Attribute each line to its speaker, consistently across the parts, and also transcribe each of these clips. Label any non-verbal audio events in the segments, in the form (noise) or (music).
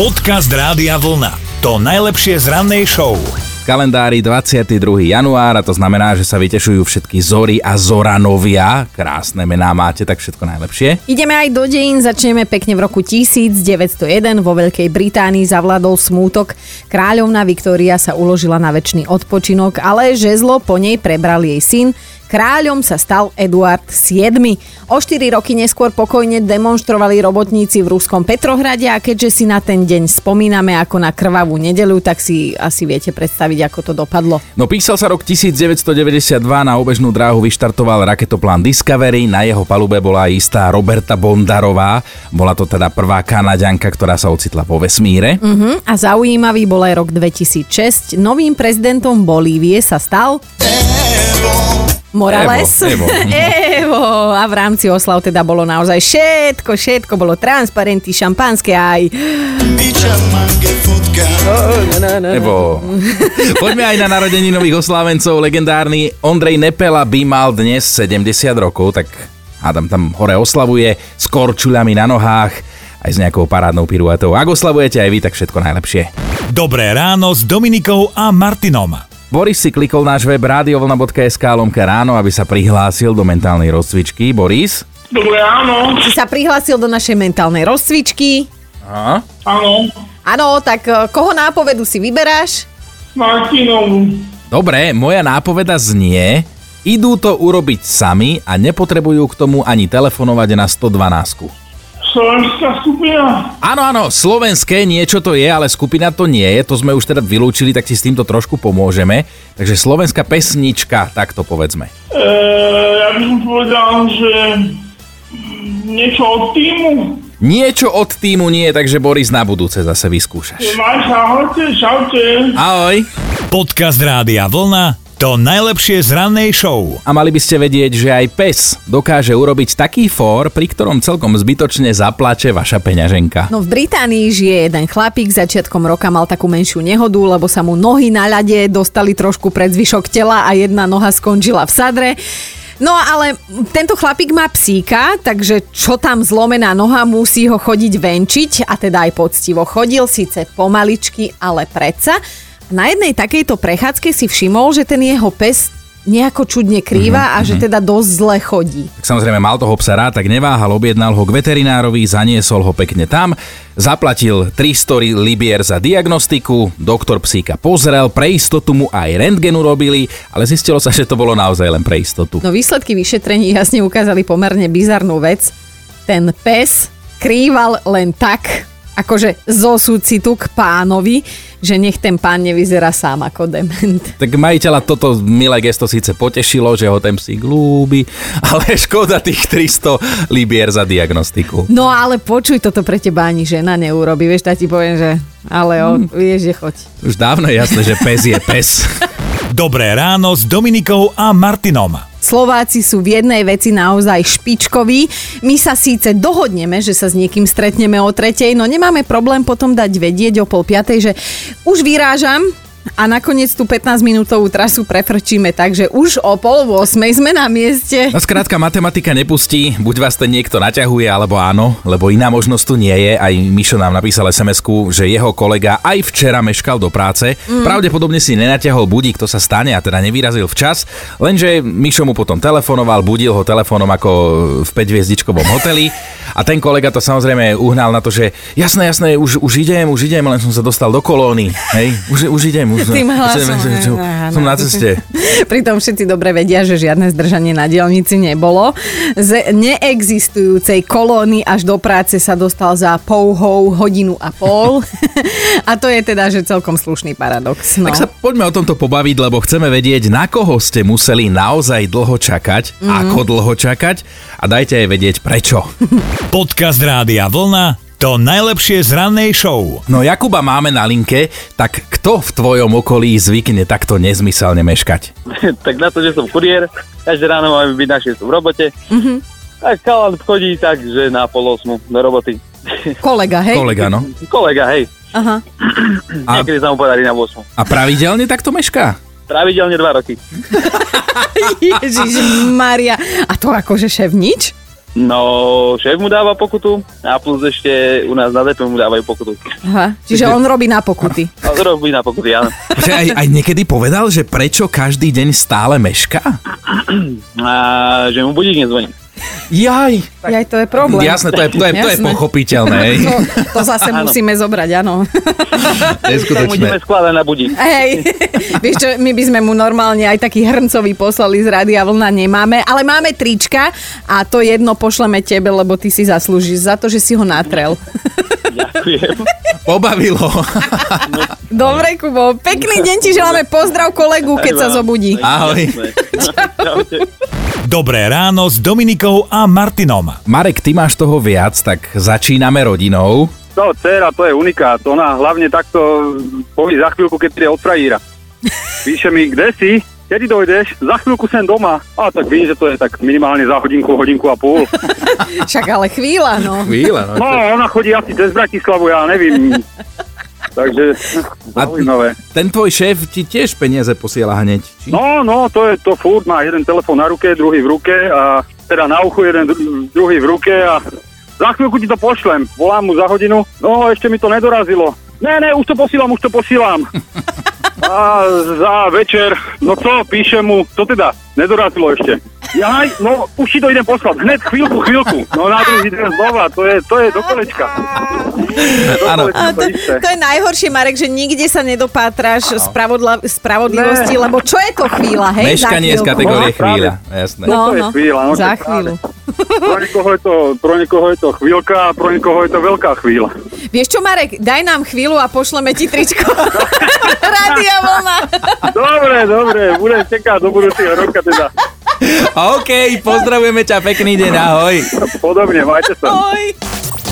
Speaker 1: Podcast Rádia Vlna. To najlepšie z rannej show.
Speaker 2: V kalendári 22. januára, to znamená, že sa vytešujú všetky Zory a Zoranovia. Krásne mená máte, tak všetko najlepšie.
Speaker 3: Ideme aj do dejín, začneme pekne v roku 1901. Vo Veľkej Británii zavládol smútok. Kráľovna Viktória sa uložila na väčší odpočinok, ale žezlo po nej prebral jej syn. Kráľom sa stal Eduard VII. O 4 roky neskôr pokojne demonstrovali robotníci v ruskom Petrohrade a keďže si na ten deň spomíname ako na krvavú nedeľu, tak si asi viete predstaviť, ako to dopadlo.
Speaker 2: No písal sa rok 1992, na obežnú dráhu vyštartoval raketoplán Discovery, na jeho palube bola aj istá Roberta Bondarová, bola to teda prvá Kanaďanka, ktorá sa ocitla vo vesmíre.
Speaker 3: Uh-huh. A zaujímavý bol aj rok 2006. Novým prezidentom Bolívie sa stal... Morales.
Speaker 2: Evo, Evo.
Speaker 3: (laughs) Evo. A v rámci oslav teda bolo naozaj všetko, všetko bolo transparenty, šampanské aj...
Speaker 2: Nebo... Poďme aj na narodení nových oslávencov. Legendárny Ondrej Nepela by mal dnes 70 rokov, tak Adam tam hore oslavuje s korčuľami na nohách aj s nejakou parádnou piruetou. Ak oslavujete aj vy, tak všetko najlepšie.
Speaker 1: Dobré ráno s Dominikou a Martinom.
Speaker 2: Boris si klikol náš web radiovlna.sk lomka ráno, aby sa prihlásil do mentálnej rozcvičky. Boris?
Speaker 4: Dobre, áno,
Speaker 3: Ty sa prihlásil do našej mentálnej rozcvičky.
Speaker 2: Aha.
Speaker 4: áno,
Speaker 3: Áno, tak e, koho nápovedu si vyberáš?
Speaker 4: Martinovu.
Speaker 2: Dobre, moja nápoveda znie, idú to urobiť sami a nepotrebujú k tomu ani telefonovať na 112.
Speaker 4: Slovenská skupina?
Speaker 2: Áno, áno, slovenské niečo to je, ale skupina to nie je, to sme už teda vylúčili, tak si s týmto trošku pomôžeme. Takže slovenská pesnička, tak to povedzme.
Speaker 4: E, ja by som povedal, že mm, niečo od týmu.
Speaker 2: Niečo od týmu nie, takže Boris na budúce zase
Speaker 4: Že
Speaker 2: vyskúšaš.
Speaker 4: máš ahojte, šaute.
Speaker 2: Ahoj!
Speaker 1: Podcast Rádia Vlna. To najlepšie z rannej show.
Speaker 2: A mali by ste vedieť, že aj pes dokáže urobiť taký fór, pri ktorom celkom zbytočne zaplače vaša peňaženka.
Speaker 3: No v Británii žije jeden chlapík, začiatkom roka mal takú menšiu nehodu, lebo sa mu nohy na ľade dostali trošku pred zvyšok tela a jedna noha skončila v sadre. No ale tento chlapík má psíka, takže čo tam zlomená noha, musí ho chodiť venčiť a teda aj poctivo chodil, síce pomaličky, ale predsa. Na jednej takejto prechádzke si všimol, že ten jeho pes nejako čudne krýva a že teda dosť zle chodí.
Speaker 2: Tak samozrejme mal toho psa rád, tak neváhal, objednal ho k veterinárovi, zaniesol ho pekne tam, zaplatil 300 ri- libier za diagnostiku, doktor psíka pozrel, pre istotu mu aj rentgen urobili, ale zistilo sa, že to bolo naozaj len pre istotu.
Speaker 3: No výsledky vyšetrení jasne ukázali pomerne bizarnú vec. Ten pes krýval len tak, akože zo súcitu k pánovi, že nech ten pán nevyzerá sám ako dement.
Speaker 2: Tak majiteľa toto milé gesto síce potešilo, že ho ten psík ľúbi, (laughs) ale škoda tých 300 libier za diagnostiku.
Speaker 3: No ale počuj, toto pre teba ani žena neurobi, vieš, tá ti poviem, že ale on, vieš, že choď.
Speaker 2: Už dávno je jasné, že pes je pes.
Speaker 1: Dobré ráno s Dominikou a Martinom.
Speaker 3: Slováci sú v jednej veci naozaj špičkoví. My sa síce dohodneme, že sa s niekým stretneme o tretej, no nemáme problém potom dať vedieť o pol piatej, že už vyrážam a nakoniec tú 15-minútovú trasu prefrčíme, takže už o pol 8 sme na mieste.
Speaker 2: (laughs) No skrátka, matematika nepustí, buď vás ten niekto naťahuje, alebo áno, lebo iná možnosť tu nie je. Aj Mišo nám napísal sms že jeho kolega aj včera meškal do práce.
Speaker 3: Mhm.
Speaker 2: Mm. Pravdepodobne si nenaťahol budík, to sa stane a teda nevyrazil včas. Lenže Mišo mu potom telefonoval, budil ho telefónom ako v 5-hviezdičkovom hoteli. A ten kolega to samozrejme uhnal na to, že jasné, jasné, už, už idem, už idem, len som sa dostal do kolóny. Hej, už, už idem, už
Speaker 3: Tým
Speaker 2: (laughs) som,
Speaker 3: hlasom,
Speaker 2: som, som, som na ceste.
Speaker 3: Pritom všetci dobre vedia, že žiadne zdržanie na dielnici nebolo. Z neexistujúcej kolóny až do práce sa dostal za pouhou hodinu a
Speaker 2: (laughs)
Speaker 3: pol. a to je teda, že celkom slušný paradox.
Speaker 2: Tak
Speaker 3: No.
Speaker 2: sa poďme o tomto pobaviť, lebo chceme vedieť, na koho ste museli naozaj dlho čakať,
Speaker 3: Mhm.
Speaker 2: mm-hmm. ako dlho čakať a dajte aj vedieť prečo.
Speaker 1: Podcast Rádia Vlna. To najlepšie z rannej show.
Speaker 2: No Jakuba máme na linke, tak kto v tvojom okolí zvykne takto nezmyselne meškať?
Speaker 5: (laughs) tak na to, že som kuriér, každé ráno máme byť na 6 v robote. Mm-hmm.
Speaker 3: Mhm.
Speaker 5: A chalan chodí tak, že na pol 8 do roboty.
Speaker 3: Kolega, hej?
Speaker 2: Kolega, no.
Speaker 5: Kolega, hej,
Speaker 3: Aha. (laughs)
Speaker 2: A,
Speaker 5: niekedy sa mu podarí na 8.
Speaker 2: a pravidelne takto mešká?
Speaker 5: Pravidelne 2 roky.
Speaker 3: Ježiš Maria. A to akože šéf nič?
Speaker 5: No, šéf mu dáva pokutu a plus ešte u nás na DP mu dávajú pokutu.
Speaker 3: Aha, čiže on robí na pokuty.
Speaker 5: A robí na pokuty, áno.
Speaker 2: Že aj, aj niekedy povedal, že prečo každý deň stále meška?
Speaker 5: A že mu budík nezvoní.
Speaker 2: Jaj!
Speaker 3: Aj to je problém.
Speaker 2: Jasné, to je, to je, to je
Speaker 3: Jasné. No.
Speaker 2: pochopiteľné.
Speaker 3: (laughs)
Speaker 2: hej.
Speaker 3: To, to zase musíme zobrať, áno. (laughs)
Speaker 2: To je
Speaker 5: Tak mu
Speaker 2: skutočné.
Speaker 5: ideme skladať na budík. (laughs)
Speaker 3: Hej, vieš čo, my by sme mu normálne aj taký hrncový poslali z Rádia Vlna, nemáme, ale máme trička a to jedno pošleme tebe, lebo ty si zaslúžiš za to, že si ho natrel. (laughs)
Speaker 5: Ďakujem.
Speaker 2: Pobavilo.
Speaker 3: Dobre, Kubo, pekný deň ti želáme, pozdrav kolegu, keď sa zobudí.
Speaker 2: Ahoj.
Speaker 5: Jasné. Čaute.
Speaker 1: Dobré ráno s Dominikou a Martinom.
Speaker 2: Marek, ty máš toho viac, tak začíname rodinou.
Speaker 6: No, dcera, to je unikát. Ona hlavne takto povie za chvíľku, keď príde od frajíra. Píše mi, kde si? Kedy dojdeš? Za chvíľku sem doma. A tak vím, že to je tak minimálne za hodinku, hodinku a pol.
Speaker 3: Však ale chvíľa, no.
Speaker 2: Chvíľa,
Speaker 6: No, ona chodí asi cez Bratislavu, ja nevím. Takže,
Speaker 2: A-
Speaker 6: zaujímavé.
Speaker 2: Ten tvoj šéf ti tiež peniaze posiela hneď. Či?
Speaker 6: No, no, to je to furt, má jeden telefón na ruke, druhý v ruke a teda na uchu jeden, dru- druhý v ruke a za chvíľku ti to pošlem. Volám mu za hodinu, no ešte mi to nedorazilo. Ne, ne, už to posílam, už to
Speaker 3: (laughs)
Speaker 6: posílam. A za večer, no co, píšem mu, to teda, nedorazilo ešte. Jaj, no už ti to idem poslať, hned chvíľku, chvíľku. No na druhý deň znova, to je, to je do kolečka. Do
Speaker 2: Áno.
Speaker 6: kolečka
Speaker 3: A No
Speaker 6: to
Speaker 3: to,
Speaker 6: isté.
Speaker 3: to je najhoršie, Marek, že nikde sa nedopátráš spravodla- spravodlivosti, lebo čo je to chvíľa, hej? za
Speaker 2: Meškanie z
Speaker 3: chvíľku?
Speaker 2: kategórie
Speaker 6: No, práve.
Speaker 2: chvíľa. Jasné.
Speaker 3: No,
Speaker 6: To je
Speaker 3: no,
Speaker 6: chvíľa, no,
Speaker 3: za
Speaker 6: to je
Speaker 3: chvíľu.
Speaker 6: Pro niekoho je to, pro niekoho je to chvíľka a pro niekoho je to veľká chvíľa.
Speaker 3: Vieš čo, Marek, daj nám chvíľu a pošleme ti tričko.
Speaker 6: (laughs)
Speaker 3: (laughs) Rádia vlna.
Speaker 6: Dobre, dobre, budem čekať do budúceho roka teda.
Speaker 2: OK, pozdravujeme ťa, pekný deň, ahoj.
Speaker 6: Podobne, majte sa.
Speaker 3: Oj.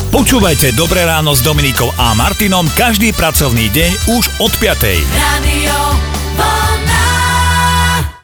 Speaker 1: Počúvajte Dobré ráno s Dominikou a Martinom každý pracovný deň už od 5.
Speaker 7: Radio